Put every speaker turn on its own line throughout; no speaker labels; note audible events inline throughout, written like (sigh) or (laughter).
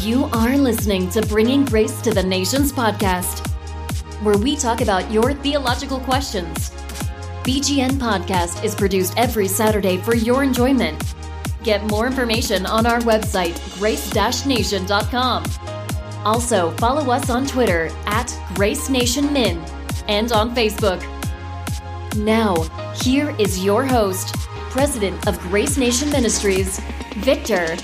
You are listening to Bringing Grace to the Nations podcast, where we talk about your theological questions. BGN Podcast is produced every Saturday for your enjoyment. Get more information on our website, grace nation.com. Also, follow us on Twitter at Grace Nation Min and on Facebook. Now, here is your host, President of Grace Nation Ministries, Victor.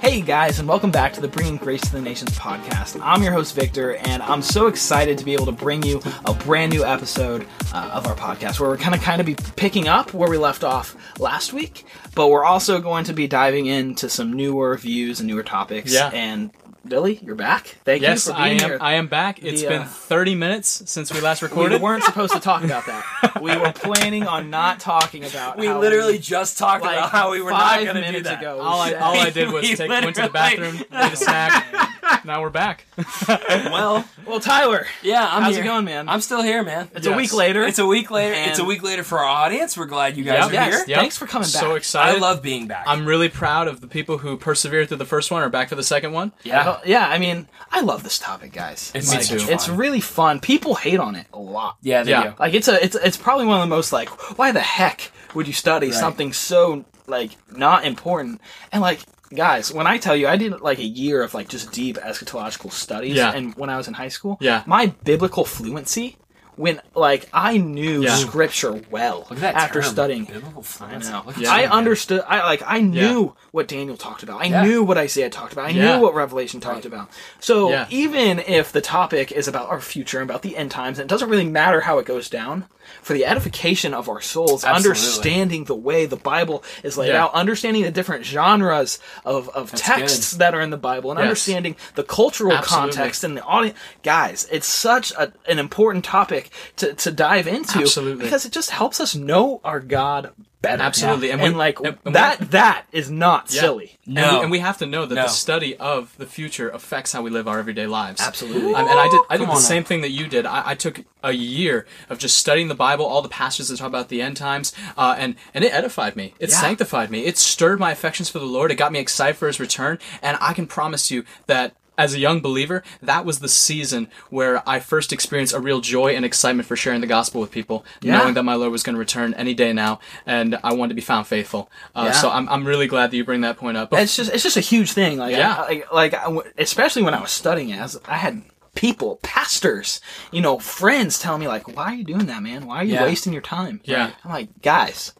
Hey guys, and welcome back to the Bringing Grace to the Nations podcast. I'm your host Victor, and I'm so excited to be able to bring you a brand new episode uh, of our podcast where we're going to kind of be picking up where we left off last week, but we're also going to be diving into some newer views and newer topics.
Yeah.
And Billy, you're back. Thank
Yes,
you for
I
being
am.
here.
I am back. It's
The, uh,
been 30 minutes since we
(laughs)
last
we
recorded.
weren't supposed to talk about
(laughs)
that. We were planning on not talking about.
We
how
literally just talked
like,
about how we were
five
not going to do
minutes
that.
ago. (laughs)
all, I, all I did was
We
take, went to the
literally-
bathroom, made a snack. now we're
(laughs)
back.
well, well, Tyler,
Oh, Yeah, I'm
how's
here.
it going, man?
I'm still here, man.
it's a
Yes.
week later.
It's a week later.
And-
it's a week later for our audience. We're glad you guys
Yep.
are
Yes,
here.
yeah. Thanks for coming
So
back.
excited.
I love being back.
I'm really proud of the people who persevered through the first one are back for the second one.
(laughs) Yeah, yeah. I mean, I love this topic, guys.
It's
like,
so much
it's
fun.
really fun. People hate on it a lot.
yeah, they
Yeah.
do.
like it's a it's it's probably one of the most like why the heck would you study something so like not important and like guys when I tell you I did like a year of like just deep eschatological studies
Yeah.
and when I was in high school
Yeah.
my biblical fluency when like I knew
Yeah.
scripture well
Look at that
after
term,
studying
biblical fluency.
I know.
Look at
Yeah.
I
you, man.
understood. I like. I knew what Daniel talked about. I
Yeah.
knew what Isaiah talked about. I
Yeah.
knew what Revelation talked about. So
Yeah.
even if the topic is about our future and about the end times, and it doesn't really matter how it goes down. For the edification of our souls,
Absolutely.
understanding the way the Bible is laid
Yeah.
out, understanding the different genres of, of texts that are in the Bible, and
Yes.
understanding the cultural
Absolutely.
context and the audience. Guys, it's such a, an important topic to, to dive into
Absolutely.
because it just helps us know our God better.
Absolutely.
And,
And we-
like
and- and
that that is not
Yeah.
silly.
And
No.
we, and we have to know that
No.
the study of the future affects how we live our everyday lives.
Absolutely.
Um, and I did. I did
Come
the
on now.
same thing that you did. I, I took a year of just studying the Bible, all the passages that talk about the end times, uh, and and it edified me. It
Yeah.
sanctified me. It stirred my affections for the Lord. It got me excited for His return. And I can promise you that. As a young believer, that was the season where I first experienced a real joy and excitement for sharing the gospel with people,
Yeah.
knowing that my Lord was going to return any day now, and I wanted to be found faithful. Uh,
Yeah.
So I'm, I'm really glad that you bring that point up. But
It's just it's just a huge thing. Like
Yeah.
I, like, like I w especially when I was studying it, I, was- I had people, pastors, you know, friends telling me like, "Why are you doing that, man? Why are you
Yeah.
wasting your time?"
Yeah.
I'm like, guys,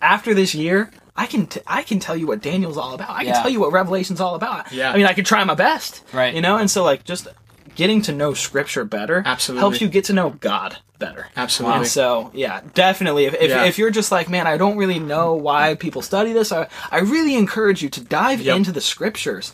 after this year. I can t- I can tell you what Daniel's all about. I can
Yeah.
tell you what Revelation's all about.
Yeah.
I mean, I could try my best.
Right.
You know, and so like just getting to know Scripture better
Absolutely.
helps you get to know God better.
Absolutely.
And so yeah, definitely. If if,
Yeah.
if you're just like, man, I don't really know why people study this, I, I really encourage you to dive
Yep.
into the scriptures.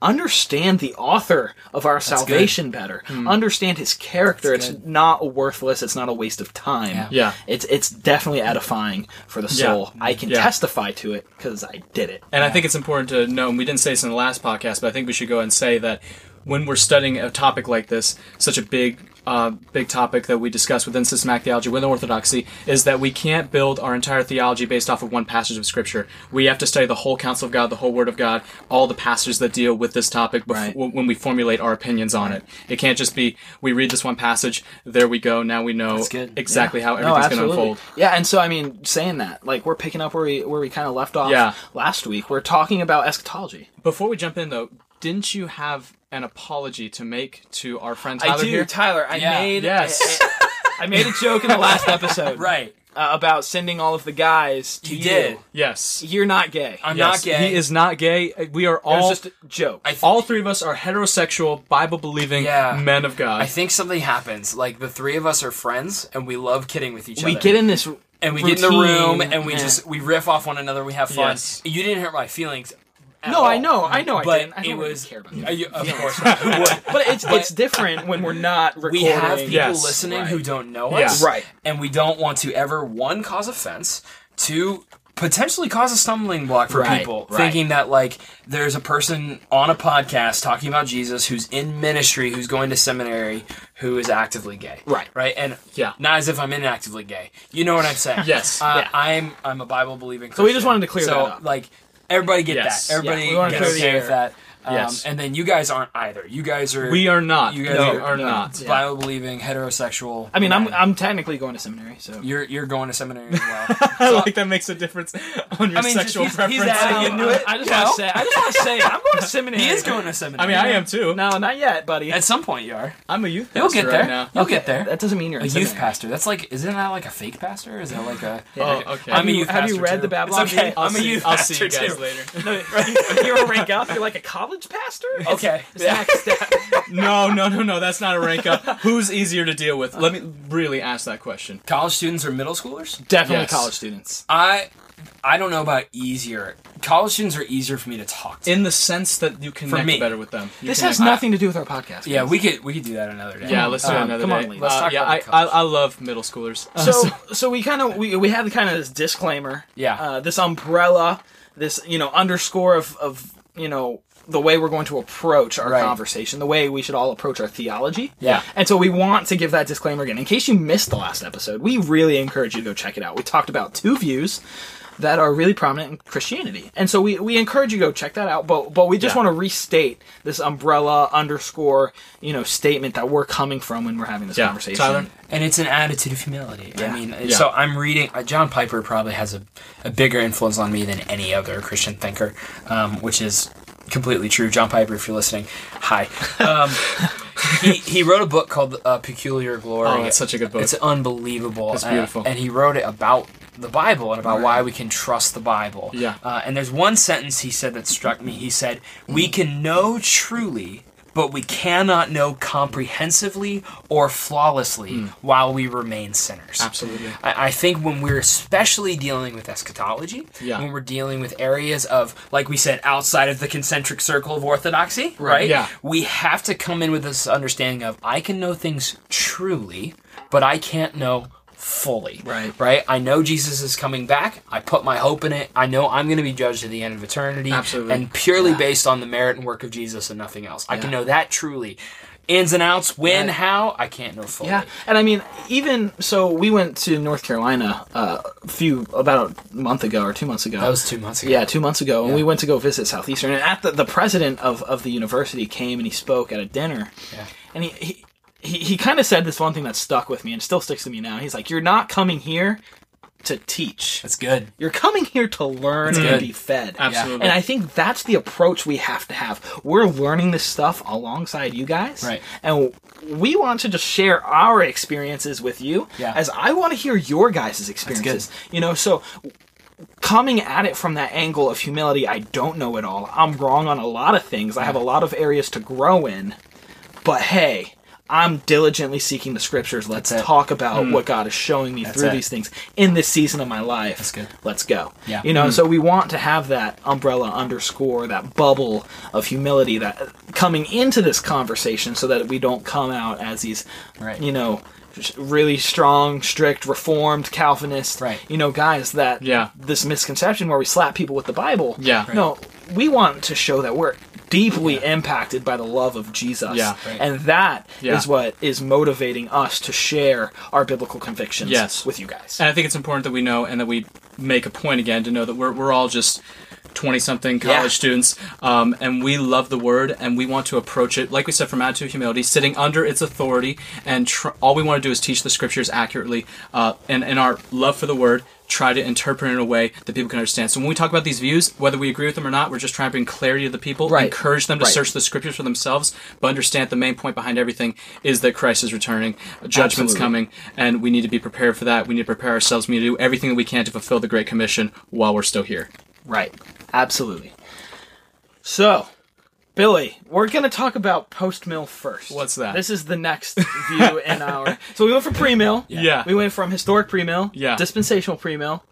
Understand the author of our salvation better. Understand his character. It's
good.
not worthless. It's not a waste of time.
Yeah.
Yeah.
It's it's definitely edifying for the
Yeah.
soul. I can
Yeah.
testify to it because I did it.
And I think it's important to know, and we didn't say this in the last podcast, but I think we should go and say that when we're studying a topic like this, such a big, uh, big topic that we discuss within systematic theology, within orthodoxy, is that we can't build our entire theology based off of one passage of scripture. We have to study the whole counsel of God, the whole Word of God, all the passages that deal with this topic before,
Right.
when we formulate our opinions on it. It can't just be we read this one passage, there we go, now we know
good.
exactly how
No,
everything's going to
absolutely.
unfold.
Yeah, and so I mean, saying that, like we're picking up where we where we kind of left off
Yeah.
last week. We're talking about eschatology.
Before we jump in, though, didn't you have an apology to make to our friend Tyler
I do,
here?
Tyler. I
Yeah.
made
(laughs)
Yes.
I made a joke in the last (laughs) episode
Right.
uh, about sending all of the guys to
You
you.
did.
yes.
You're not gay.
I'm
Yes.
not gay.
He is not gay. Uh, We are
it was
all
just a joke.
I th-
all three of us are heterosexual, Bible believing
Yeah.
men of God.
I think something happens. Like the three of us are friends, and we love kidding with each
we
other.
get in this
and we get in the room,
routine,
and we
eh.
just we riff off one another. We have fun.
Yes.
You didn't hurt my feelings. at
No, I
all.
know, I know, I
But
didn't. I don't
it
really
was.
care about
Are you- of
Yeah.
course,
(laughs)
not. Who would?
(laughs) But it's it's different when we're not recording.
(laughs) we have people
Yes.
listening
Right.
who don't know
Yeah.
us,
Right.
And we don't want to ever one cause offense, two potentially cause a stumbling block for
Right,
people,
right.
thinking that like there's a person on a podcast talking about Jesus who's in ministry, who's going to seminary, who is actively gay,
Right.
Right, and
Yeah.
not as if I'm inactively gay. You know what I'm
(laughs)
saying?
Yes.
uh,
Yeah.
I'm I'm a Bible believing. Christian.
we just wanted to clear
So,
that up.
Like everybody get
Yes.
that. Everybody
Yeah, we wanna
get
clear the
okay
air.
with that. Um,
Yes.
And then you guys aren't either. You guys are.
We are not.
You guys
no,
are,
are not.
Bible believing, heterosexual.
I mean, I'm
men.
I'm technically going to seminary, so
You're you're going to seminary as well.
(laughs) I like that makes a difference on your
mean, just-
sexual
he's- he's
preference.
adding
I,
You knew it?
I just
No.
want to say, I just want to say, I'm going to seminary.
he is going to seminary.
I mean, I am too.
No, not yet, buddy.
At some point, you are.
I'm a youth
You'll
pastor
get there.
right now.
You'll get there.
That doesn't mean you're
a
in
youth
seminary.
pastor. That's like, isn't that like a fake pastor? Is that like a?
Oh, okay.
I'm
Have
a
you-
youth
have you
pastor,
read
too.
the Babylon
It's okay.
Bee?
I'm a
see,
youth
I'll
pastor
see you guys
too. (laughs)
later.
you're a rank up. You're like a college pastor.
Okay.
It's next
(laughs)
step.
No, no, no, no. That's not a rank up. Who's easier to deal with? Let me really ask that question.
College students or middle schoolers?
Definitely
Yes.
college students.
I I don't know about easier. College students are easier for me to talk to.
In the sense that you connect
me.
better with them. You
This
connect-
has nothing to do with our podcast.
yeah, we could we could do that another day.
Yeah, let's do
Um,
another
come on,
day.
Lee.
Let's
Uh,
talk
yeah,
about
I,
the
I,
college.
I love middle schoolers. Uh,
So, so we kind of we, we had the kind of this disclaimer.
Yeah.
Uh, this umbrella, this you know underscore of of you know the way we're going to approach our
Right.
conversation, the way we should all approach our theology.
Yeah.
And so we want to give that disclaimer again in case you missed the last episode. We really encourage you to go check it out. We talked about two views that are really prominent in Christianity. And so we, we encourage you to go check that out, but but we just
Yeah.
want to restate this umbrella underscore, you know, statement that we're coming from when we're having this
Yeah.
conversation.
Tyler?
and it's an attitude of humility.
Yeah.
I mean,
Yeah.
so I'm reading. Uh, John Piper probably has a, a bigger influence on me than any other Christian thinker, um, which is completely true. John Piper, if you're listening, hi.
(laughs)
Um, he, he wrote a book called uh, Peculiar Glory.
Oh, that's such a good book.
It's unbelievable.
It's
Uh,
beautiful.
and he wrote it about the Bible and about why we can trust the Bible.
Yeah.
Uh, and there's one sentence he said that struck me. He said, "We can know truly." But we cannot know comprehensively or flawlessly while we remain sinners.
Hmm. Absolutely.
I, I think when we're especially dealing with eschatology,
Yeah.
when we're dealing with areas of, like we said, outside of the concentric circle of orthodoxy, right?
yeah.
We have to come in with this understanding of I can know things truly, but I can't know fully.
Right.
Right? I know Jesus is coming back. I put my hope in it. I know I'm going to be judged at the end of eternity.
Absolutely.
And purely based on the merit and work of Jesus and nothing else. I can know that truly. Ins and outs, when, how, I can't know fully.
Yeah, and I mean, even so, we went to North Carolina uh, a few about a month ago or two months ago.
That was two months ago.
yeah, two months ago, and we went to go visit Southeastern. And at the, the president of, of the university came and he spoke at a dinner,
Yeah.
and he he, he, he kind of said this one thing that stuck with me and still sticks to me now. He's like, "You're not coming here to teach.
That's good.
You're coming here to learn
good.
and be fed."
Absolutely.
And I think that's the approach we have to have. We're learning this stuff alongside you guys.
Right.
And we want to just share our experiences with you
Yeah.
as I want to hear your guys' experiences. You know, so coming at it from that angle of humility, I don't know it all. I'm wrong on a lot of things. I have a lot of areas to grow in. But hey, I'm diligently seeking the scriptures. Let's
That's it. Hmm.
talk about what God is showing me through
it.
these things in this season of my life. That's
good.
Let's go.
Yeah. Mm.
You know, so we want to have that umbrella underscore, that bubble of humility that coming into this conversation so that we don't come out as these,
Right.
you know, sh- really strong, strict, reformed Calvinist,
Right.
you know, guys that
Yeah.
this misconception where we slap people with the Bible.
Yeah.
No, we want to show that we're deeply impacted by the love of Jesus.
Yeah.
Right.
And that is
Yeah.
what is motivating us to share our biblical convictions
Yes.
with you guys.
And I think it's important that we know and that we make a point again to know that we're, we're all just 20 something college
Yeah.
students um, and we love the word and we want to approach it, like we said, from attitude of humility, sitting under its authority. And tr- all we want to do is teach the scriptures accurately uh, and, and our love for the word. Try to interpret in a way that people can understand. So when we talk about these views, whether we agree with them or not, we're just trying to bring clarity to the people,
Right.
encourage them to
Right.
search the scriptures for themselves, but understand the main point behind everything is that Christ is returning, judgment's
Absolutely.
coming coming, and we need to be prepared for that. We need to prepare ourselves. We need to do everything that we can to fulfill the Great Commission while we're still here.
Right. Absolutely. So, Billy, we're going to talk about post mill first.
What's that?
This is the next
(laughs)
view in our. So, we went from pre mill.
Yeah.
We went from historic pre mill.
Yeah.
Dispensational pre mill.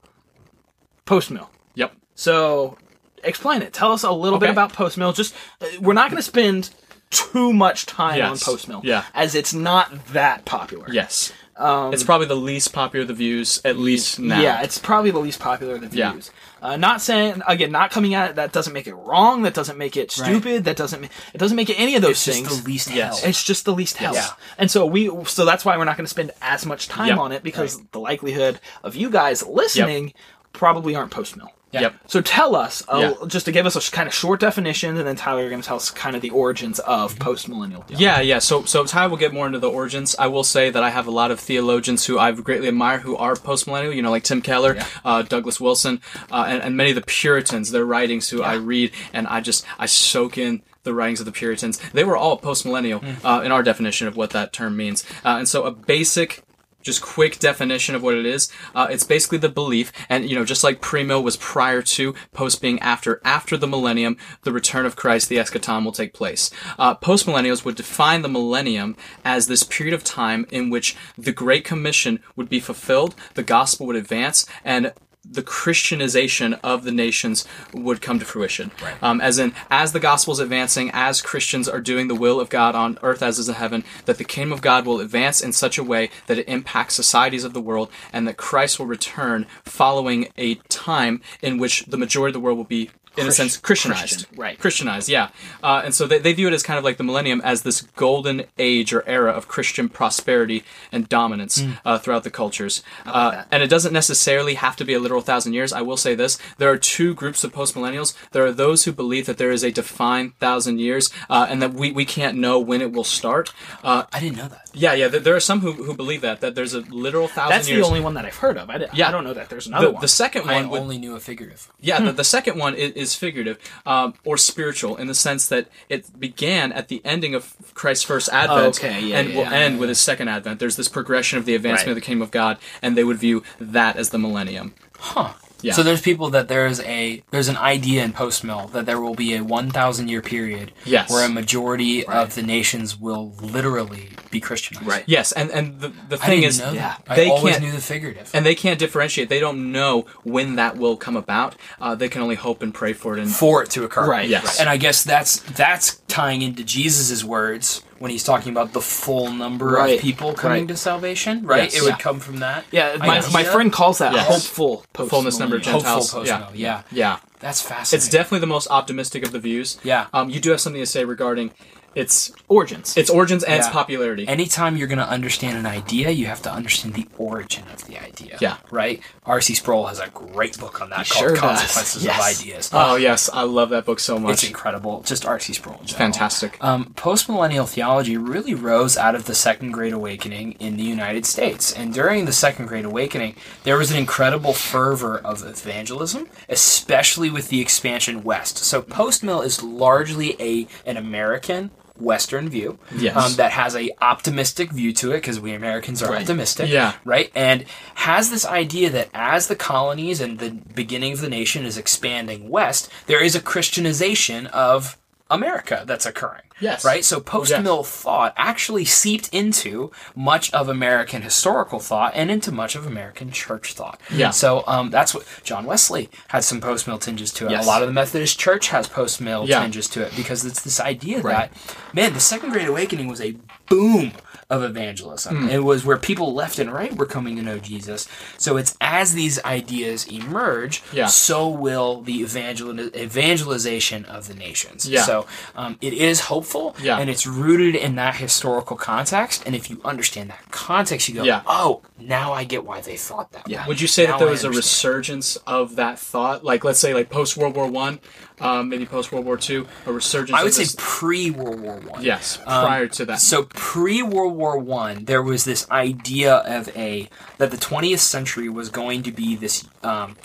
Post mill.
Yep.
So, explain it. Tell us a little bit
Okay.
about post mill. Just, uh, we're not going to spend too much time
Yes.
on post mill.
Yeah.
As it's not that popular.
Yes. it's probably the least popular of the views, at least now.
Um, Yeah, it's probably the least popular of the
Yeah.
views. Uh, not saying again, not coming at it. That doesn't make it wrong. That doesn't make it stupid. That doesn't. ma- It doesn't make it any of those
It's just
things.
the least
Yes.
hell.
it's just the least hell.
Yeah.
And so we. So that's why we're not going to spend as much time
Yep.
on it because the likelihood of you guys listening probably aren't post mill.
Yeah.
Yep.
So tell us, uh,
Yeah.
just to give us a sh- kind of short definition, and then Tyler, you're going to tell us kind of the origins of post millennial.
Mm-hmm. Yeah, yeah. So, so Ty will get more into the origins. I will say that I have a lot of theologians who I greatly admire who are post millennial. You know, like Tim Keller, uh, Douglas Wilson, uh, and, and many of the Puritans. Their writings who I read and I just I soak in the writings of the Puritans. They were all post millennial uh, in our definition of what that term means. Uh, and so, a basic just quick definition of what it is. Uh, it's basically the belief, and you know, just like primo was prior to, post being after. After the millennium, the return of Christ, the eschaton, will take place. Uh, post millennials would define the millennium as this period of time in which the Great Commission would be fulfilled, the gospel would advance, and the Christianization of the nations would come to fruition. Um, as in, as the gospel is advancing, as Christians are doing the will of God on earth as is in heaven, that the kingdom of God will advance in such a way that it impacts societies of the world and that Christ will return following a time in which the majority of the world will be. In a sense, Christianized,
Christian, right.
Christianized, yeah. Uh, and so they, they view it as kind of like the millennium as this golden age or era of Christian prosperity and dominance
Hmm.
uh, throughout the cultures. Uh, and it doesn't necessarily have to be a literal thousand years. I will say this there are two groups of post millennials. There are those who believe that there is a defined thousand years uh, and that we, we can't know when it will start. Uh,
I didn't know that.
yeah, yeah, there there are some who, who believe that, that there's a literal thousand
That's
years.
the only one that I've heard of. I, di- I
Yeah.
don't know that there's another
the,
one.
the second
I
one would
only knew a figurative.
yeah, the, the second one is, is figurative um, or spiritual in the sense that it began at the ending of Christ's first advent
Okay, yeah,
and
yeah,
will
yeah,
end with his second advent. There's this progression of the advancement
Right.
of the kingdom of God, and they would view that as the millennium.
Huh.
Yeah.
So there's people that there is a there's an idea in post mill that there will be a 1,000 year period
Yes.
where a majority of the nations will literally be Christianized.
Right.
Yes, and, and the, the
I
thing
didn't
is,
know that.
they
I always
can't.
knew the figurative.
and they can't differentiate. They don't know when that will come about. Uh, they can only hope and pray for it. And
for it to occur.
Right,
yes.
And I guess that's that's tying into Jesus' words when he's talking about the full number
Right,
of people coming
right.
to salvation. Right.
Yes.
It would
Yeah.
come from that.
yeah, my,
idea.
my friend calls that
Yes.
hopeful post
fullness number of
millennial.
Hopeful
Gentiles.
post
yeah.
mill. Yeah.
yeah.
That's fascinating.
It's definitely the most optimistic of the views.
Yeah.
Um, you do have something to say regarding its
origins.
its origins and its
Yeah.
popularity.
anytime you're going to understand an idea, you have to understand the origin of the idea.
Yeah.
Right? R.C. Sproul has a great book on that called
sure does.
Consequences
Yes.
of Ideas.
Oh yes, I love that book so
it's
much.
incredible. Just R.C. Sproul. It's
Fantastic.
Um, postmillennial theology really rose out of the Second Great Awakening in the United States. And during the Second Great Awakening, there was an incredible fervor of evangelism, especially with the expansion west. So postmill is largely a an American Western view
Yes.
um, that has a optimistic view to it because we Americans are optimistic,
Yeah.
right? And has this idea that as the colonies and the beginning of the nation is expanding west, there is a Christianization of America that's occurring.
Yes.
Right? So post mill thought actually seeped into much of American historical thought and into much of American church thought.
Yeah.
So um, that's what John Wesley had some post mill tinges to it.
Yes.
A lot of the Methodist church has post mill
Yeah.
tinges to it because it's this idea
Right.
that, man, the Second Great Awakening was a boom of
Hmm.
evangelism. It was where people left and right were coming to know Jesus. So it's as these ideas emerge,
Yeah.
so will the evangel- evangelization of the nations.
Yeah.
So um, it is hopeful,
Yeah.
and it's rooted in that historical context. And if you understand that context, you go,
Yeah.
oh, now I get why they thought that.
Yeah.
way."
Would you say
Now
that there
I
was a
understand.
resurgence of that thought? Like let's say like post World War One, um, maybe post World War Two, a resurgence.
I would
of
say
this-
pre World War One.
yes,
Um,
prior to that.
So pre World War One, there was this idea of a that the 20th century was going to be this um,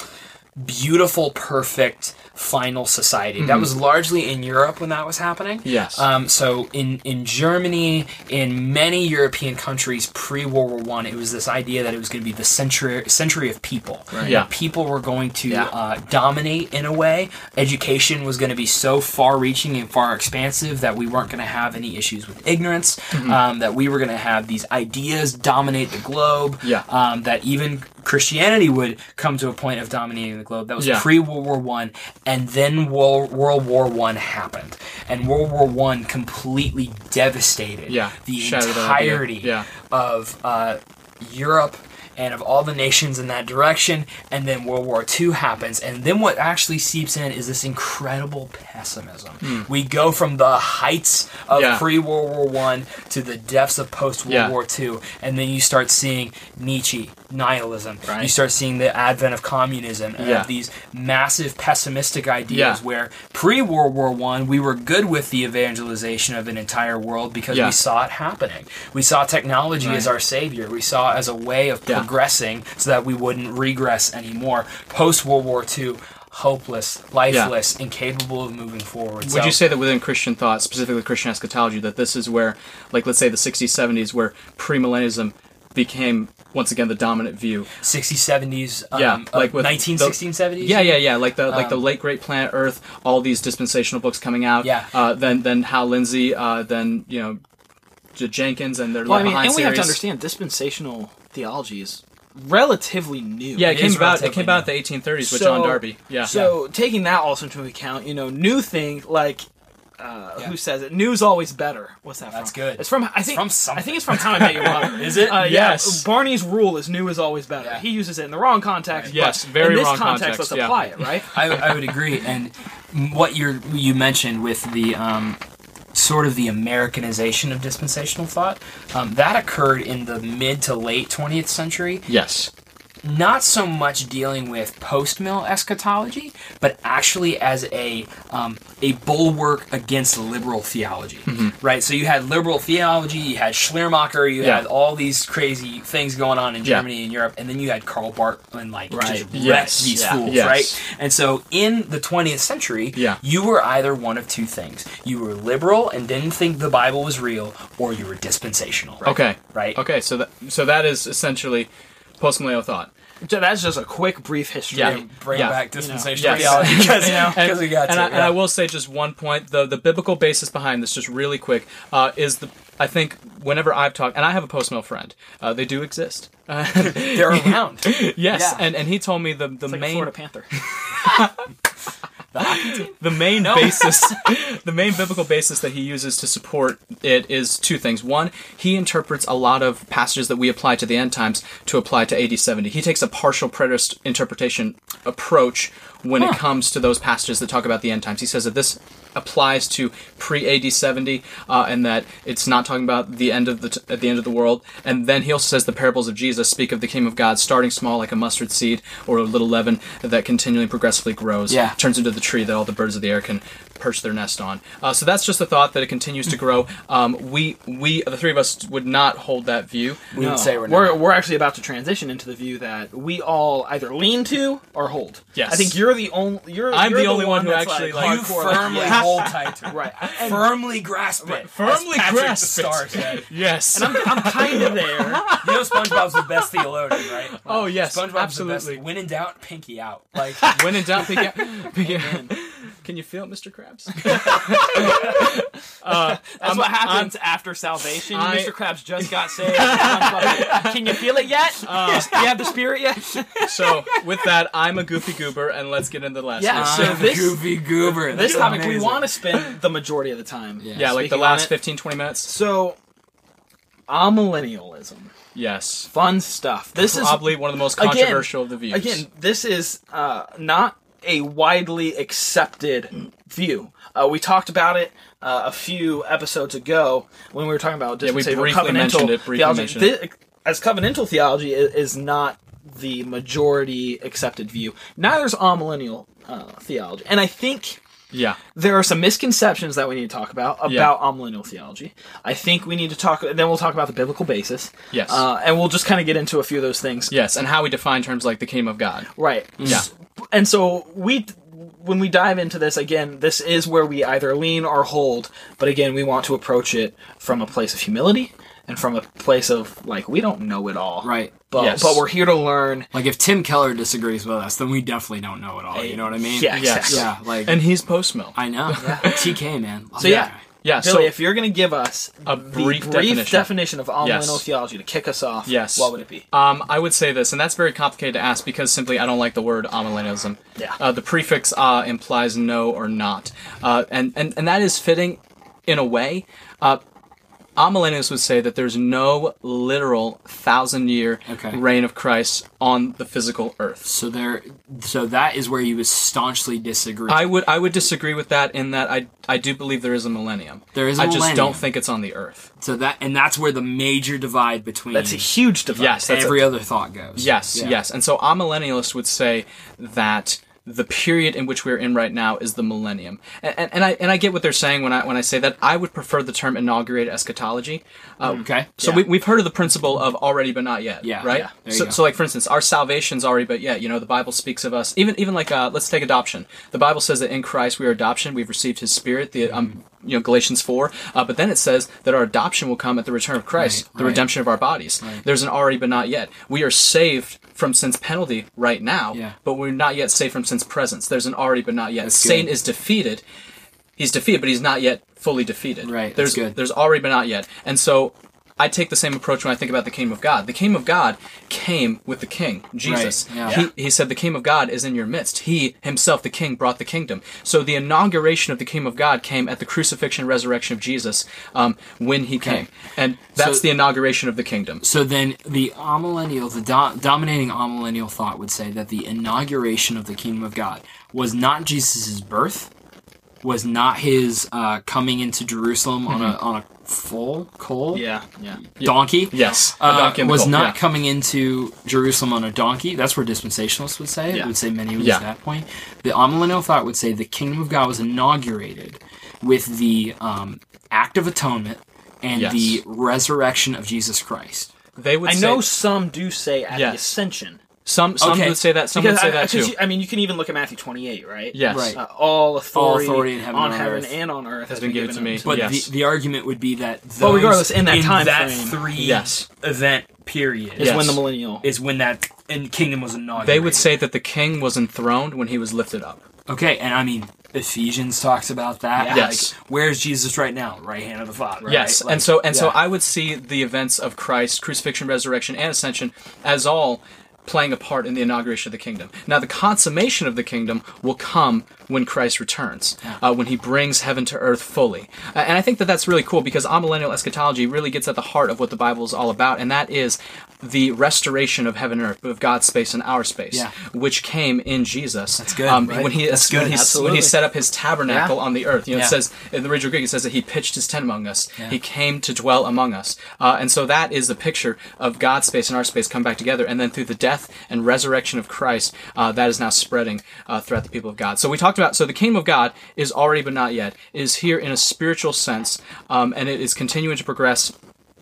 beautiful, perfect final society. That
Mm-hmm.
was largely in Europe when that was happening.
Yes.
Um, so in in Germany, in many European countries pre World War One, it was this idea that it was going to be the century century of people. Right.
Yeah.
People were going to
Yeah.
uh, dominate in a way. Education was going to be so far reaching and far expansive that we weren't going to have any issues with ignorance,
Mm-hmm.
um, that we were going to have these ideas dominate the globe,
Yeah.
um, that even Christianity would come to a point of dominating the globe. That was
Yeah.
pre World War One, and then World, World War One happened, and World War One completely devastated
Yeah.
the
Shattered that idea.
entirety
Yeah.
of uh, Europe. and of all the nations in that direction. And then World War II happens. And then what actually seeps in is this incredible pessimism. We go from the heights of
Hmm. Yeah.
pre World War One to the depths of post World
Yeah.
War II. And then you start seeing Nietzsche, nihilism.
Right.
You start seeing the advent of communism and
Yeah.
of these massive pessimistic ideas
Yeah.
where pre World War One we were good with the evangelization of an entire world because
Yeah.
we saw it happening. We saw technology as
Right.
our savior. We saw it as a way of
Yeah.
progressing so that we wouldn't regress anymore. Post World War II, hopeless, lifeless, incapable of moving forward.
Would you say that within Christian thought, specifically Christian eschatology, that this is where, like, let's say the 60s, 70s, where premillennialism became once again the dominant view?
60s, 70s, um,
Yeah,
like
like with
1916, 70s?
Yeah, yeah, yeah. Like the like the late great Planet Earth, all these dispensational books coming out.
Yeah.
Uh, then then Hal Lindsey, uh, then you know, J- Jenkins, and their
Well, I
Left
mean,
Behind
and we have to
series.
understand dispensational theology is relatively new.
Yeah, it,
It
came
is
about. It
relatively
came about
new.
in the 1830s with John Darby. Yeah.
So taking that also into account, you know, new thing like. Uh, Who says it? New's always better. What's that?
That's
from?
good.
It's from I think.
from
I
something.
think it's from How I Met Your Mother.
(laughs) Is it?
Uh,
Yes.
Yeah, Barney's rule is new is always better.
Yeah.
He uses it in the wrong context.
Right. Yes,
but
very
in this
wrong
context.
context,
Let's
yeah.
apply it,
(laughs)
right?
I, I would agree. And what you you mentioned with the um, sort of the Americanization of dispensational thought um, that occurred in the mid to late 20th century.
yes.
Not so much dealing with post mill eschatology, but actually as a um, a bulwark against liberal theology, right? So you had liberal theology, you had Schleiermacher, you
Mm-hmm. Yeah.
had all these crazy things going on in
Yeah.
Germany and Europe, and then you had Karl Barth and like
Right.
just
Yes.
wrecked these
Yeah.
fools,
Yes.
right? And so in the 20th century,
Yeah.
you were either one of two things. You were liberal and didn't think the Bible was real, or you were dispensational.
Okay.
Right.
Okay. So that so that is essentially postmillennial thought.
So that's just a quick, brief history.
Yeah.
And Bring
Yeah.
back
(laughs)
dispensational
Yes.
theology because
You know?
because we got
and
to.
I, and
yeah.
I will say just one point: the the biblical basis behind this, just really quick, uh, is the I think whenever I've talked, and I have a postmill friend, uh, they do exist. Uh,
They're around. The
yes,
Yeah.
and, and he told me the the
Like a
main
Florida Panther.
the
(laughs)
main
(laughs)
basis the main biblical basis that he uses to support it is two things one he interprets a lot of passages that we apply to the end times to apply to AD 70 he takes a partial preterist interpretation approach when it comes to those passages that talk about the end times he says that this applies to pre AD 70 uh, and that it's not talking about the end of the t- at the end of the world and then he also says the parables of Jesus speak of the kingdom of God starting small like a mustard seed or a little leaven that continually progressively grows
Yeah.
turns into the tree that all the birds of the air can perch their nest on. Uh, so that's just the thought that it continues to grow. Um, we, we, the three of us, would not hold that view.
We would say we're not.
Oh, we're, actually about to transition into the view that we all either lean to or hold.
Yes.
I think you're the only. You're,
I'm
you're
the only one who
that's,
actually,
like,
like-
you
hardcore, like,
firmly
yeah.
hold tight to
(laughs)
it.
right. And,
Firmly grasp it.
Firmly
as Patrick
grasp
the Star said.
Yes.
I'm kind of there.
You know SpongeBob's the best theologian, right?
Oh, yes,
SpongeBob's The
absolutely.
best. When in doubt, pinky out. Like
(laughs) when in doubt,
(laughs)
pick out.
Oh,
pick out- Can you feel it, Mr. Krabs?
That's what happens after salvation.
I-
Mr. Krabs just got
(laughs)
saved. Can you feel it yet?
Uh,
Do (laughs) you have the spirit
(laughs)
yet?
so, with that, I'm a goofy goober, and let's get into the last
Yeah.
one.
So
I'm
this-
uh, goofy goober.
This
That's
topic we
amazing.
want to spend the majority of the time.
Yeah, like the
speaking
last
on it.
15, 20 minutes.
So, amillennialism.
Yes.
Fun stuff. This is
Probably one of the most controversial of the views.
Again, this is uh, not a widely accepted view. Uh, we talked about it uh, a few episodes ago when we were talking about
we
dispensational
briefly
covenantal
mentioned it, briefly
theology.
mentioned it.
Thi- as covenantal theology is, is not the majority accepted view. Neither is amillennial uh, theology, and I think
yeah.
there are some misconceptions that we need to talk about about
Yeah.
amillennial theology. I think we need to talk, then we'll talk about the biblical basis.
Yes.
Uh, and we'll just kind of get into a few of those things.
Yes, and how we define terms like the kingdom of God.
Right.
Yeah.
And so we, when we dive into this again, this is where we either lean or hold. But again, we want to approach it from a place of humility and from a place of like we don't know it all.
Right.
But
Yes.
but we're here to learn.
Like if Tim Keller disagrees with us, then we definitely don't know it all. You know what I mean?
Yeah.
Yes.
Exactly.
Yeah. Like
And he's post mill.
I know. (laughs) TK man. Love
So
that
yeah.
guy.
Yeah,
Billy,
so
if you're going to give us
A
the
brief definition.
of amillennial
Yes.
theology to kick us off,
Yes.
what would it be?
Um, I would say this, and that's very complicated to ask because simply I don't like the word amillennialism.
Yeah.
Uh, the prefix uh, implies no or not, uh, and, and and that is fitting in a way. Uh, amillennialists would say that there's no literal thousand year
Okay.
reign of Christ on the physical earth.
So there, so that is where you would staunchly disagree.
I would I would disagree with that in that I I do believe there is a millennium.
There is a
I just
millennium.
don't think it's on the earth.
so that, and that's where the major divide between
That's a huge divide.
Yes, that's
every
a,
other thought goes.
yes,
Yeah.
yes. And so amillennialists would say that the period in which we're in right now is the millennium. And, and, and I and I get what they're saying when I when I say that. I would prefer the term inaugurated eschatology. Uh,
Okay.
So
Yeah.
we, we've heard of the principle of already but not yet,
Yeah,
right?
yeah. There you
so,
go.
so like for instance, our salvation's already but yet. You know, the Bible speaks of us. Even even like uh, let's take adoption. The Bible says that in Christ we are adoption. We've received His Spirit. The um, you know Galatians four. Uh, but then it says that our adoption will come at the return of Christ, the redemption of our bodies. There's an already but not yet. We are saved from sin's penalty right now,
Yeah.
but we're not yet saved from sin's presence. There's an already but not yet.
That's
Satan
good.
is defeated. He's defeated, but he's not yet fully defeated.
Right,
There's
that's good.
there's already been out yet. And so I take the same approach when I think about the kingdom of God. The kingdom of God came with the king, Jesus.
Right, yeah.
He, he said, The kingdom of God is in your midst. He himself, the king, brought the kingdom. So the inauguration of the kingdom of God came at the crucifixion and resurrection of Jesus um, when he came. And that's
So-
the inauguration of the kingdom.
So then, the amillennial, the do- dominating amillennial thought would say that the inauguration of the kingdom of God was not Jesus' birth, was not his uh, coming into Jerusalem on a
Mm-hmm.
on a full coal
Yeah, yeah.
donkey.
Yes. a
Uh,
donkey in the
was
colt,
not
yeah.
coming into Jerusalem on a donkey. That's where dispensationalists would say.
Yeah.
It would say many would
Yeah.
at that point. The amillennial thought would say the kingdom of God was inaugurated with the um, act of atonement and
Yes.
the resurrection of Jesus Christ.
They would
I
say,
know some do say at
Yes.
the ascension.
some, some
Okay.
would say that, some would
Because
say
I,
that
I- 'cause
too.
you- I mean, you can even look at Matthew 28, right?
yes.
Right.
Uh, all authority,
authority in heaven
on
and on
heaven
earth
and on earth has
been given to me.
But
Yes.
the, the argument would be that those,
Well, regardless, in that time
that
frame,
three
Yes.
event period
Is
Yes.
when the millennial.
is when that and kingdom was inaugurated.
They would say that the king was enthroned when he was lifted up.
okay, and I mean Ephesians talks about that.
Yeah. Yes.
Like, where's Jesus right now? Right hand of the Father. Right?
Yes,
Like,
and so and so
yeah.
I would see the events of Christ, crucifixion, resurrection, and ascension as all playing a part in the inauguration of the kingdom. Now, the consummation of the kingdom will come when Christ returns, uh, when he brings heaven to earth fully. Uh, and I think that that's really cool because amillennial eschatology really gets at the heart of what the Bible is all about, and that is the restoration of heaven and earth, of God's space and our space,
Yeah.
which came in Jesus. That's
good,
Um,
right?
When he
That's good,
when he, when he
absolutely.
set up his tabernacle
Yeah.
on the earth, you know, it
Yeah.
says in the original Greek, it says that he pitched his tent among us. He came to dwell among us. Uh, and so that is the picture of God's space and our space come back together. And then through the death and resurrection of Christ, uh, that is now spreading uh, throughout the people of God. So we talked about, so the kingdom of God is already but not yet, It is here in a spiritual sense, um, and it is continuing to progress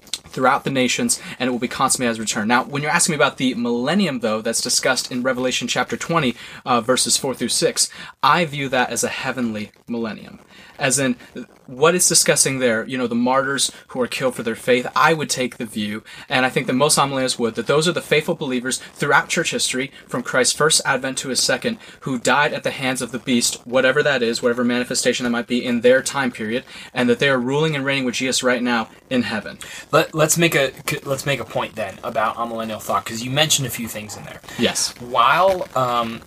throughout the nations, and it will be consummated as a return. Now, when you're asking me about the millennium, though, that's discussed in Revelation chapter 20, uh, verses 4 through 6, I view that as a heavenly millennium. As in, what it's discussing there, you know, the martyrs who are killed for their faith, I would take the view, and I think that most amillennialists would, that those are the faithful believers throughout church history, from Christ's first advent to his second, who died at the hands of the beast, whatever that is, whatever manifestation that might be in their time period, and that they are ruling and reigning with Jesus right now in heaven.
Let, let's make a c- let's make a point then about amillennial thought because you mentioned a few things in there.
Yes.
While um,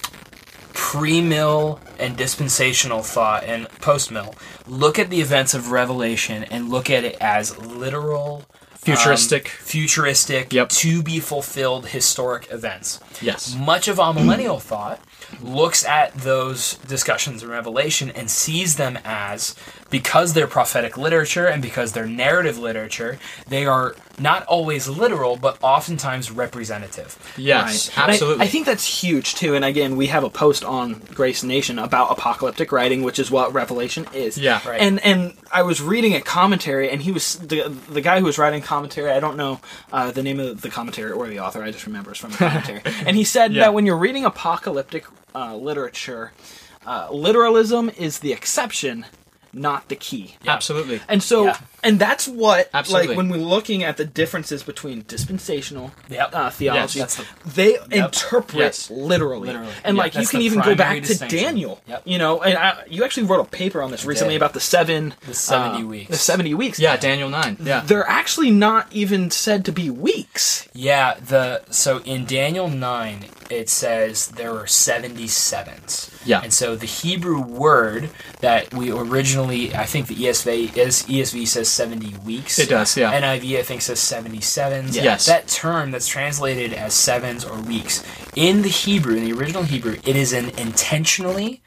pre-mill and dispensational thought and post-mill look at the events of Revelation and look at it as literal,
Futuristic.
um, futuristic,
Yep.
to be fulfilled historic events.
yes.
Much of amillennial thought looks at those discussions in Revelation and sees them as because they're prophetic literature and because they're narrative literature, they are not always literal, but oftentimes representative.
Yes.
And I-
Absolutely.
I, think that's huge too. And again, we have a post on Grace Nation about apocalyptic writing, which is what Revelation is.
Yeah. Right.
And and I was reading a commentary, and he was the the guy who was writing commentary. I don't know uh, the name of the commentary or the author. I just remember it's from the commentary.
(laughs)
and he said
Yeah.
that when you're reading apocalyptic uh, literature, uh, literalism is the exception, not the key.
Absolutely.
And so,
Yeah.
and that's what,
Absolutely.
like, when we're looking at the differences between dispensational
Yep.
uh, theology,
Yes, that's
they interpret
Yes.
literally.
Literally.
And,
Yep.
like, you
That's
can
the
even go
primary
back to
distinction.
Daniel,
Yep.
you know, and I, you actually wrote a paper on this recently
did.
about the seven, uh,
The 70 weeks.
The 70 weeks.
yeah, Daniel nine. Yeah.
They're actually not even said to be weeks.
Yeah, the so in Daniel nine it says there are seventy sevens.
Yeah.
and so the Hebrew word that we originally, I think the ESV E is ESV says 70 weeks.
It does, yeah.
NIV, I think, says 77s.
Yes.
That term that's translated as sevens or weeks, in the Hebrew, in the original Hebrew, it is an intentionally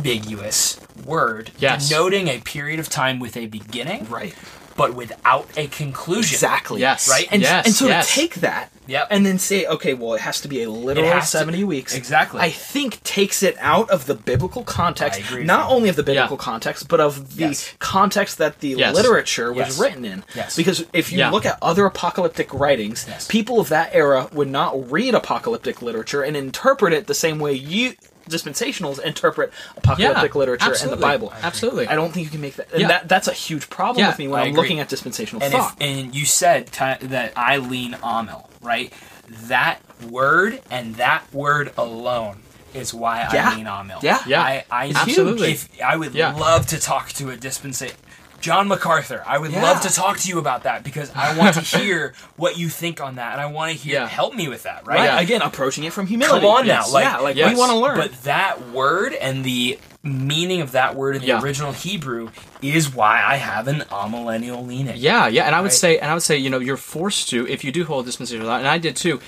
ambiguous word
Yes.
denoting a period of time with a beginning,
Right.
but without a conclusion.
Exactly.
Yes.
Right?
And,
Yes.
and so
yes.
to take that
Yep.
and then say, okay, well, it has to be a literal
has to-
70 weeks.
Exactly.
I think takes it out of the biblical
I
context,
agree with
not
you.
only of the biblical
Yeah.
context, but of the
Yes.
context that the
Yes.
literature was
Yes.
written in.
Yes.
Because if you
Yeah.
look at other apocalyptic writings,
Yes.
people of that era would not read apocalyptic literature and interpret it the same way you dispensationals interpret apocalyptic literature and the
absolutely.
Bible.
Absolutely.
I don't think you can make that. And
Yeah.
that, that's a huge problem
Yeah,
with me when
I
I'm
agree.
looking at dispensational
and
thought.
if, and you said ti that I lean Amel, right? That word and that word alone is why
Yeah.
I lean Amel.
Yeah.
Yeah.
I, I
It's Absolutely. huge.
If, I would
Yeah.
love to talk to a dispensate. John MacArthur, I would
Yeah.
love to talk to you about that because I want to hear (laughs) what you think on that, and I want to hear
Yeah.
help me with that, right?
Right?
Yeah.
Again, approaching it from humility.
Come on
Yes.
now, like,
yeah, like
yes.
we want to learn.
But that word and the meaning of that word in the
Yeah.
original Hebrew is why I have an amillennial leaning.
Yeah, yeah, and I would
Right.
say, and I would say, you know, you're forced to if you do hold dispensational, and I did too,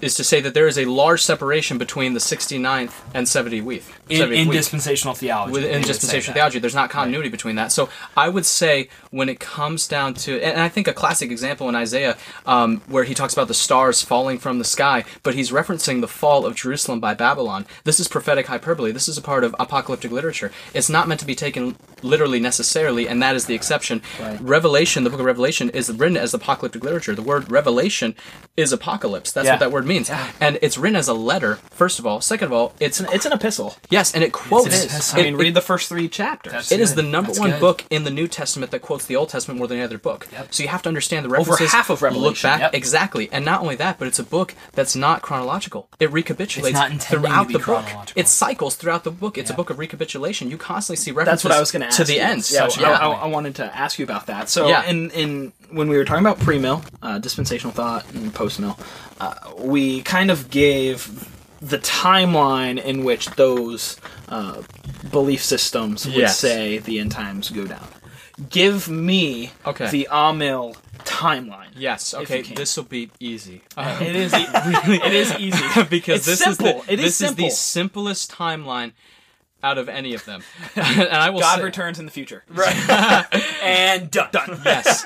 is to say that there is a large separation between the 69th and 70th week.
in,
70th
in
week.
dispensational theology. they
Within
would say
dispensational
that.
theology, there's not continuity between that. So I would say when it comes down to, and and I think a classic example in Isaiah, um, where he talks about the stars falling from the sky, but he's referencing the fall of Jerusalem by Babylon. This is prophetic hyperbole. This is a part of apocalyptic literature. It's not meant to be taken literally necessarily, and that is the exception. Revelation, the book of Revelation, is written as apocalyptic literature. The word revelation is apocalypse. That's
Yeah.
what that word means, and it's written as a letter. First of all, second of all, it's
it's, an, it's an epistle.
yes, and it quotes.
It is.
I mean,
it-
read the first three chapters.
That's-
it is
good.
the number
That's
one
good.
book in the New Testament that quotes the Old Testament more than any other book.
Yep.
So you have to understand the references.
half of
Look
Revelation,
back
yep.
exactly, and not only that, but it's a book that's not chronological. It recapitulates
It's not intending to
throughout
be
the book.
chronological.
It cycles throughout the book. It's
Yeah.
a book of recapitulation. You constantly see
That's
references.
what I was going to ask
to the
you.
end.
Yeah, Oh,
So,
I-
yeah.
I, I wanted to ask you about that. So,
Yeah.
in in when we were talking about pre-mill, uh, dispensational thought, and post-mill, uh, we kind of gave the timeline in which those uh, belief systems would
Yes.
say the end times go down. Give me
Okay.
the Amil timeline.
Yes.
if
Okay.
you can.
This will be
(laughs)
easy. Uh,
It is e-, it is easy
(laughs)
(laughs)
because
It's
this
simple.
is the,
It is
this
simple.
is the simplest timeline out of any of them. (laughs) and I will
God
say,
returns in the future.
And done.
yes.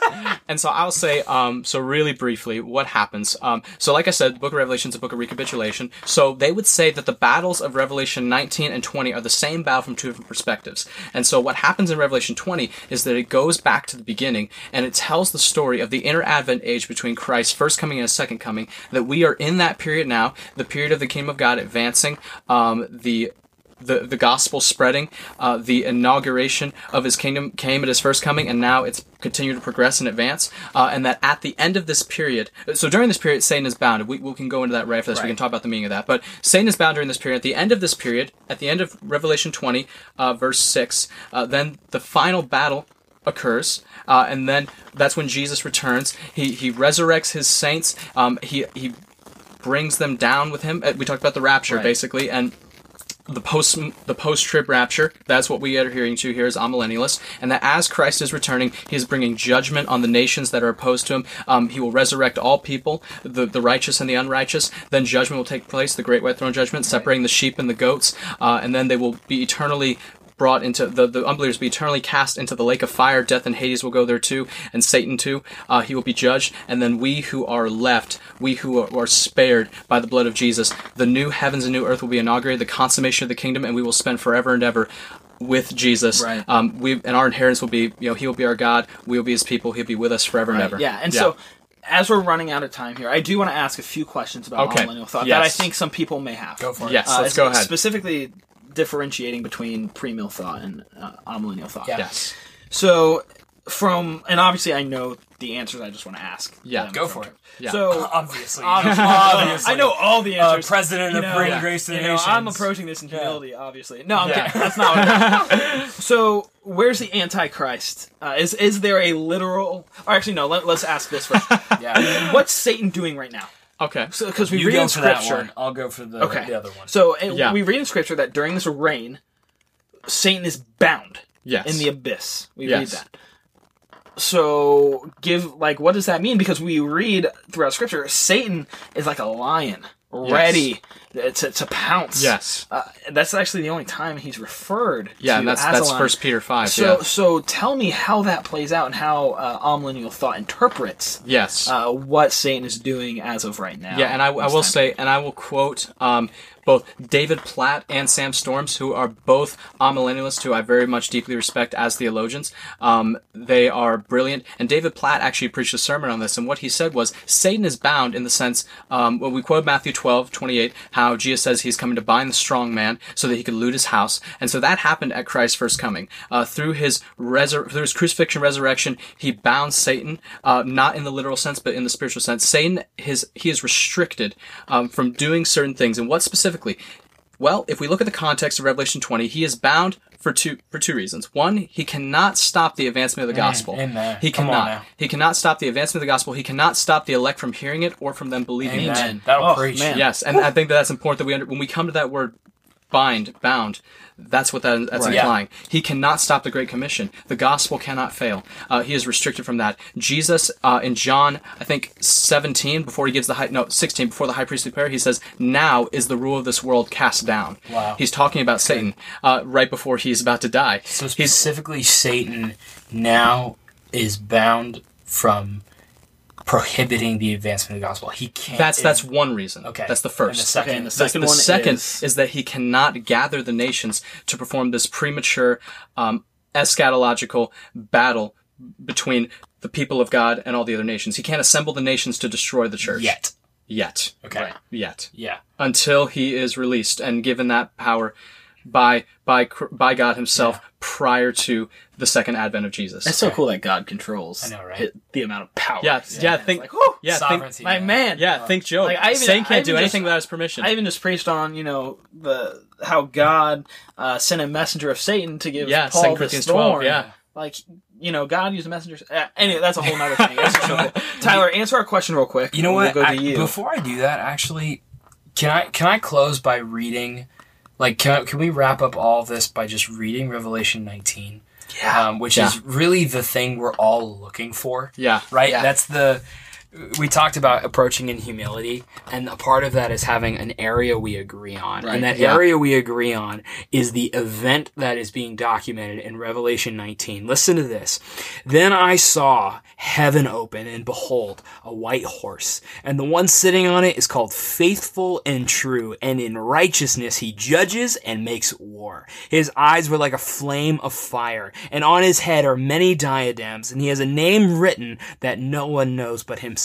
And so I'll say, um, so really briefly, what happens? Um, so like I said, the Book of Revelation is a book of recapitulation. So they would say that the battles of Revelation 19 and 20 are the same battle from two different perspectives. And so what happens in Revelation 20 is that it goes back to the beginning and it tells the story of the inner advent age between Christ's first coming and his second coming, that we are in that period now, the period of the kingdom of God advancing, um, the the, the gospel spreading, uh, the inauguration of his kingdom came at his first coming, and now it's continued to progress and advance. Uh, and that at the end of this period, so during this period, Satan is bound. We, we can go into that right after this. We can talk about the meaning of that. But Satan is bound during this period. At the end of this period, at the end of Revelation 20, uh, verse 6, uh, then the final battle occurs, uh, and then that's when Jesus returns. He, he resurrects his saints. Um, he, he brings them down with him. Uh, We talked about the rapture, basically, and the post the post trib rapture. That's what we are adhering to here as amillennialists, and that as Christ is returning, He is bringing judgment on the nations that are opposed to Him. Um, he will resurrect all people, the the righteous and the unrighteous. Then judgment will take place, the great white throne judgment, separating the sheep and the goats, uh, and then they will be eternally brought into the, the unbelievers be eternally cast into the lake of fire death and hades will go there too and satan too uh, he will be judged and then we who are left we who are, are spared by the blood of jesus the new heavens and new earth will be inaugurated the consummation of the kingdom and we will spend forever and ever with jesus
Right.
um, we and our inheritance will be you know he will be our god we will be his people he'll be with us forever and ever
Yeah, and so as we're running out of time here, I do want to ask a few questions about
Okay.
millennial thought that
Yes.
I think some people may have. Go
for it.
yes let's go ahead
Specifically differentiating between pre-mill thought and uh, amillennial thought.
Yeah.
yes
So from and obviously I know the answers I just want to ask.
Yeah.
them
Go
from-
for it. Uh,
Yeah.
So
Obviously. (laughs)
(laughs) obviously. I know all the
Uh,
answers.
president
You
of
know,
Brain
yeah.
Grace of
You
the
know, I'm
Nations.
approaching this in humility, obviously. No, I'm
Yeah.
kidding. That's not what I'm (laughs) So, where's the Antichrist? Uh, is is there a literal. Or actually, no, let, let's ask this
(laughs)
first.
Yeah.
What's Satan doing right now?
okay
Because we
You
read
go
in
for that
Scripture.
one. I'll go for the,
Okay.
the other one.
So it,
Yeah.
we read in scripture that during this reign, Satan is bound
yes
in the abyss. We
Yes.
read that. So give like what does that mean? Because we read throughout scripture, Satan is like a lion, ready to, to pounce.
Yes.
uh, that's actually the only time he's referred.
Yeah,
to
and that's
as a
that's
lion.
First Peter five.
So
yeah.
so tell me how that plays out and how uh, amillennial thought interprets
Yes.
uh, what Satan is doing as of right now.
Yeah, and I, I
This
will
time.
say, and I will quote um, both David Platt and Sam Storms, who are both amillennialists who I very much deeply respect as theologians. Um, they are brilliant, and David Platt actually preached a sermon on this, and what he said was, Satan is bound in the sense, um, when we quote Matthew 12, 28, how Jesus says he's coming to bind the strong man so that he could loot his house, and so that happened at Christ's first coming. Uh, through his resur- through his crucifixion, resurrection, he bound Satan, uh, not in the literal sense, but in the spiritual sense. Satan, his he is restricted um, from doing certain things. And what specifically? Well, if we look at the context of Revelation 20, he is bound for two for two reasons. One, he cannot stop the advancement of the gospel.
amen.
He
Come on
cannot.
now.
He cannot stop the advancement of the gospel. He cannot stop the elect from hearing it or from them believing it.
Amen. That'll
Oh,
preach.
man.
Yes, and I think that that's important that we under, when we come to that word bind, bound, that's what that, that's
Right.
implying. He cannot stop the Great Commission. The gospel cannot fail. Uh, he is restricted from that. Jesus uh, in John, I think 17, before he gives the high, no, 16, before the high priestly prayer, he says, now is the rule of this world cast down.
Wow.
He's talking about Satan uh, right before he's about to die.
So specifically, Satan now is bound from prohibiting the advancement of the gospel. He can't.
That's that's one reason.
Okay.
That's the
And the
first.
second- Okay, and the
That's
second
the
one
second
is-
is... that he cannot gather the nations to perform this premature um, eschatological battle between the people of God and all the other nations. He can't assemble the nations to destroy the church
yet.
Yet.
Okay.
Yet.
Yeah.
Until he is released and given that power by by cr- by God Himself prior to the second advent of Jesus.
It's so cool that God controls
I know, right?
hi- the amount of power.
yeah,
It's
yeah. think.
like, whew,
yeah. Think,
Sovereignty.
my man.
yeah. think Job.
Like, I even-
Satan
I
can't
even
do
just-
anything without his permission.
I even just preached on you know the how God uh, sent a messenger of Satan to give
Yeah,
Paul
2
the
Corinthians
thorn.
12, yeah.
like you know God used a messenger. Uh, anyway, that's a whole nother thing. That's a show. Tyler, answer our question real quick.
You know
and
what?
We'll go
I-
to you.
Before I do that, actually, can I can I close by reading? Like, can, I, can we wrap up all of this by just reading Revelation 19?
Yeah.
um, which
Yeah.
is really the thing we're all looking for.
Yeah.
Right?
Yeah.
That's the. We talked about approaching in humility, and a part of that is having an area we agree on.
Right,
And that
yeah.
area we agree on is the event that is being documented in Revelation 19. Listen to this. Then I saw heaven open, and behold, a white horse. And the one sitting on it is called Faithful and True, and in righteousness he judges and makes war. His eyes were like a flame of fire, and on his head are many diadems, and he has a name written that no one knows but himself.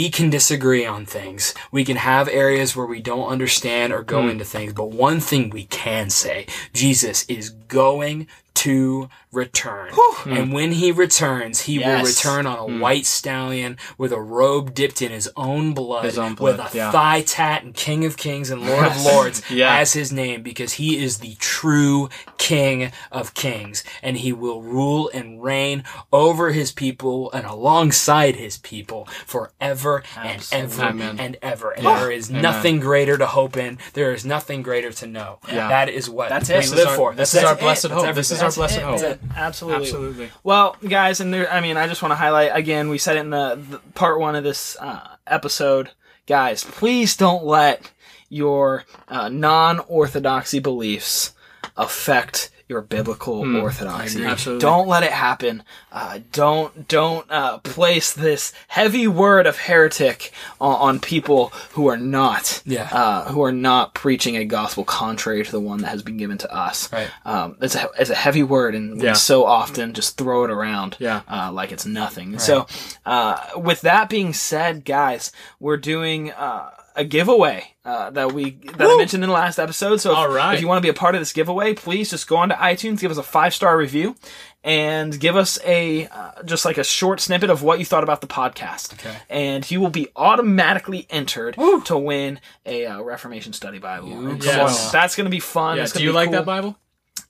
can disagree on things. We can have areas where we don't understand or go into things, but one thing we can say Jesus is going to return. And when he returns, he will
Yes.
return on
Hmm.
a white stallion with a robe dipped in his own blood,
His own blood,
with a
yeah.
thigh tat and King of Kings and Lord of Lords
(laughs) Yeah.
as his name because he is the true King of Kings and he will rule and reign over his people and alongside his people forever
Absolutely.
and ever
Amen.
and ever. And there is nothing greater to hope in. There is nothing greater to know.
Yeah.
That is what
That's it.
we
This
live
is our-
for.
this
That's
is our
it.
blessed
That's
hope. This is
everything.
our blessed hope.
That's it. Absolutely.
Absolutely.
Well, guys, and there, I mean, I just want to highlight again. We said it in the, the part one of this uh, episode, guys. Please don't let your uh, non-orthodoxy beliefs affect your
Hmm,
biblical orthodoxy.
Absolutely.
Don't let it happen. Uh, don't don't uh, place this heavy word of heretic on, on people who are not
Yeah.
uh, who are not preaching a gospel contrary to the one that has been given to us.
Right.
Um, it's a it's a heavy word, and we
Yeah.
so often just throw it around.
Yeah.
Uh, like it's nothing. So, uh, with that being said, guys, we're doing uh, a giveaway uh, that we that I mentioned in the last episode. So if,
All right.
if you want to be a part of this giveaway, please just go on to iTunes, give us a five star review, and give us a uh, just like a short snippet of what you thought about the podcast. Okay. And you will be automatically entered to win a uh, Reformation study Bible. And so
Yes.
that's going to be fun.
Yeah,
That's
do
gonna
you
be
like that
cool.
Bible?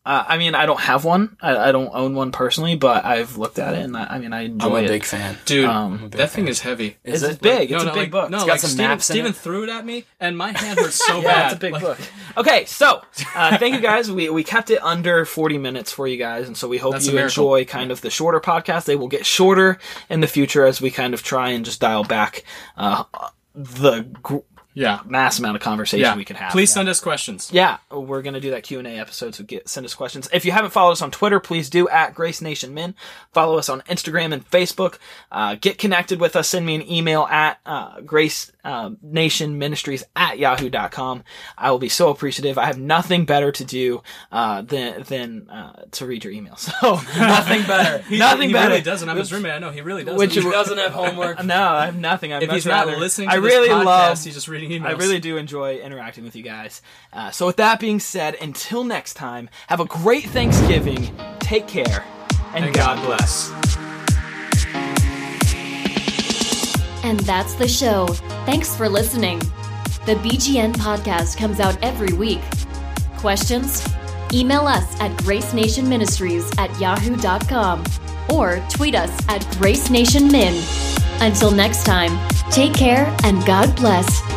Uh, I mean, I don't have one. I, I don't own one personally, but I've looked at it, and I, I mean, I enjoy
I'm a
it.
big fan.
Dude,
Um,
that thing is heavy.
It's, it's big. it's a
no,
big
like,
book.
No,
It's
like
some
Steven,
maps in
Steven
it.
threw it at me, and my hand hurts (laughs) so
Yeah,
bad.
it's a big
Like,
book. Okay, so uh, thank you guys. We we kept it under forty minutes for you guys, and so we hope
That's a
you
miracle.
enjoy kind of the shorter podcast. They will get shorter in the future as we kind of try and just dial back uh, the gr- (laughs)
Yeah,
mass amount of conversation
yeah.
we could have.
Please send us questions.
Yeah, we're gonna do that Q and A episode. So get send us questions. If you haven't followed us on Twitter, please do at Grace Nation Men. Follow us on Instagram and Facebook. Uh, get connected with us. Send me an email at uh, Grace um, Nation Ministries at yahoo.com. I will be so appreciative. I have nothing better to do uh, than than uh, to read your email. (laughs) So
(laughs)
Nothing better.
nothing
he
better.
really doesn't. I'm his roommate. I know he really doesn't.
Which-
He
(laughs)
doesn't have homework.
No, I have nothing. I'd
if he's
much
not
rather-
listening
I
to
really
this podcast,
love
he's just reading emails.
I really do enjoy interacting with you guys. Uh, so, with that being said, until next time, have a great Thanksgiving. Take care, and,
And
God
God
bless.
bless.
And that's the show. Thanks for listening. The BGN podcast comes out every week. Questions? Email us at gracenationministries at yahoo.com or tweet us at gracenationmin. Until next time, take care and God bless.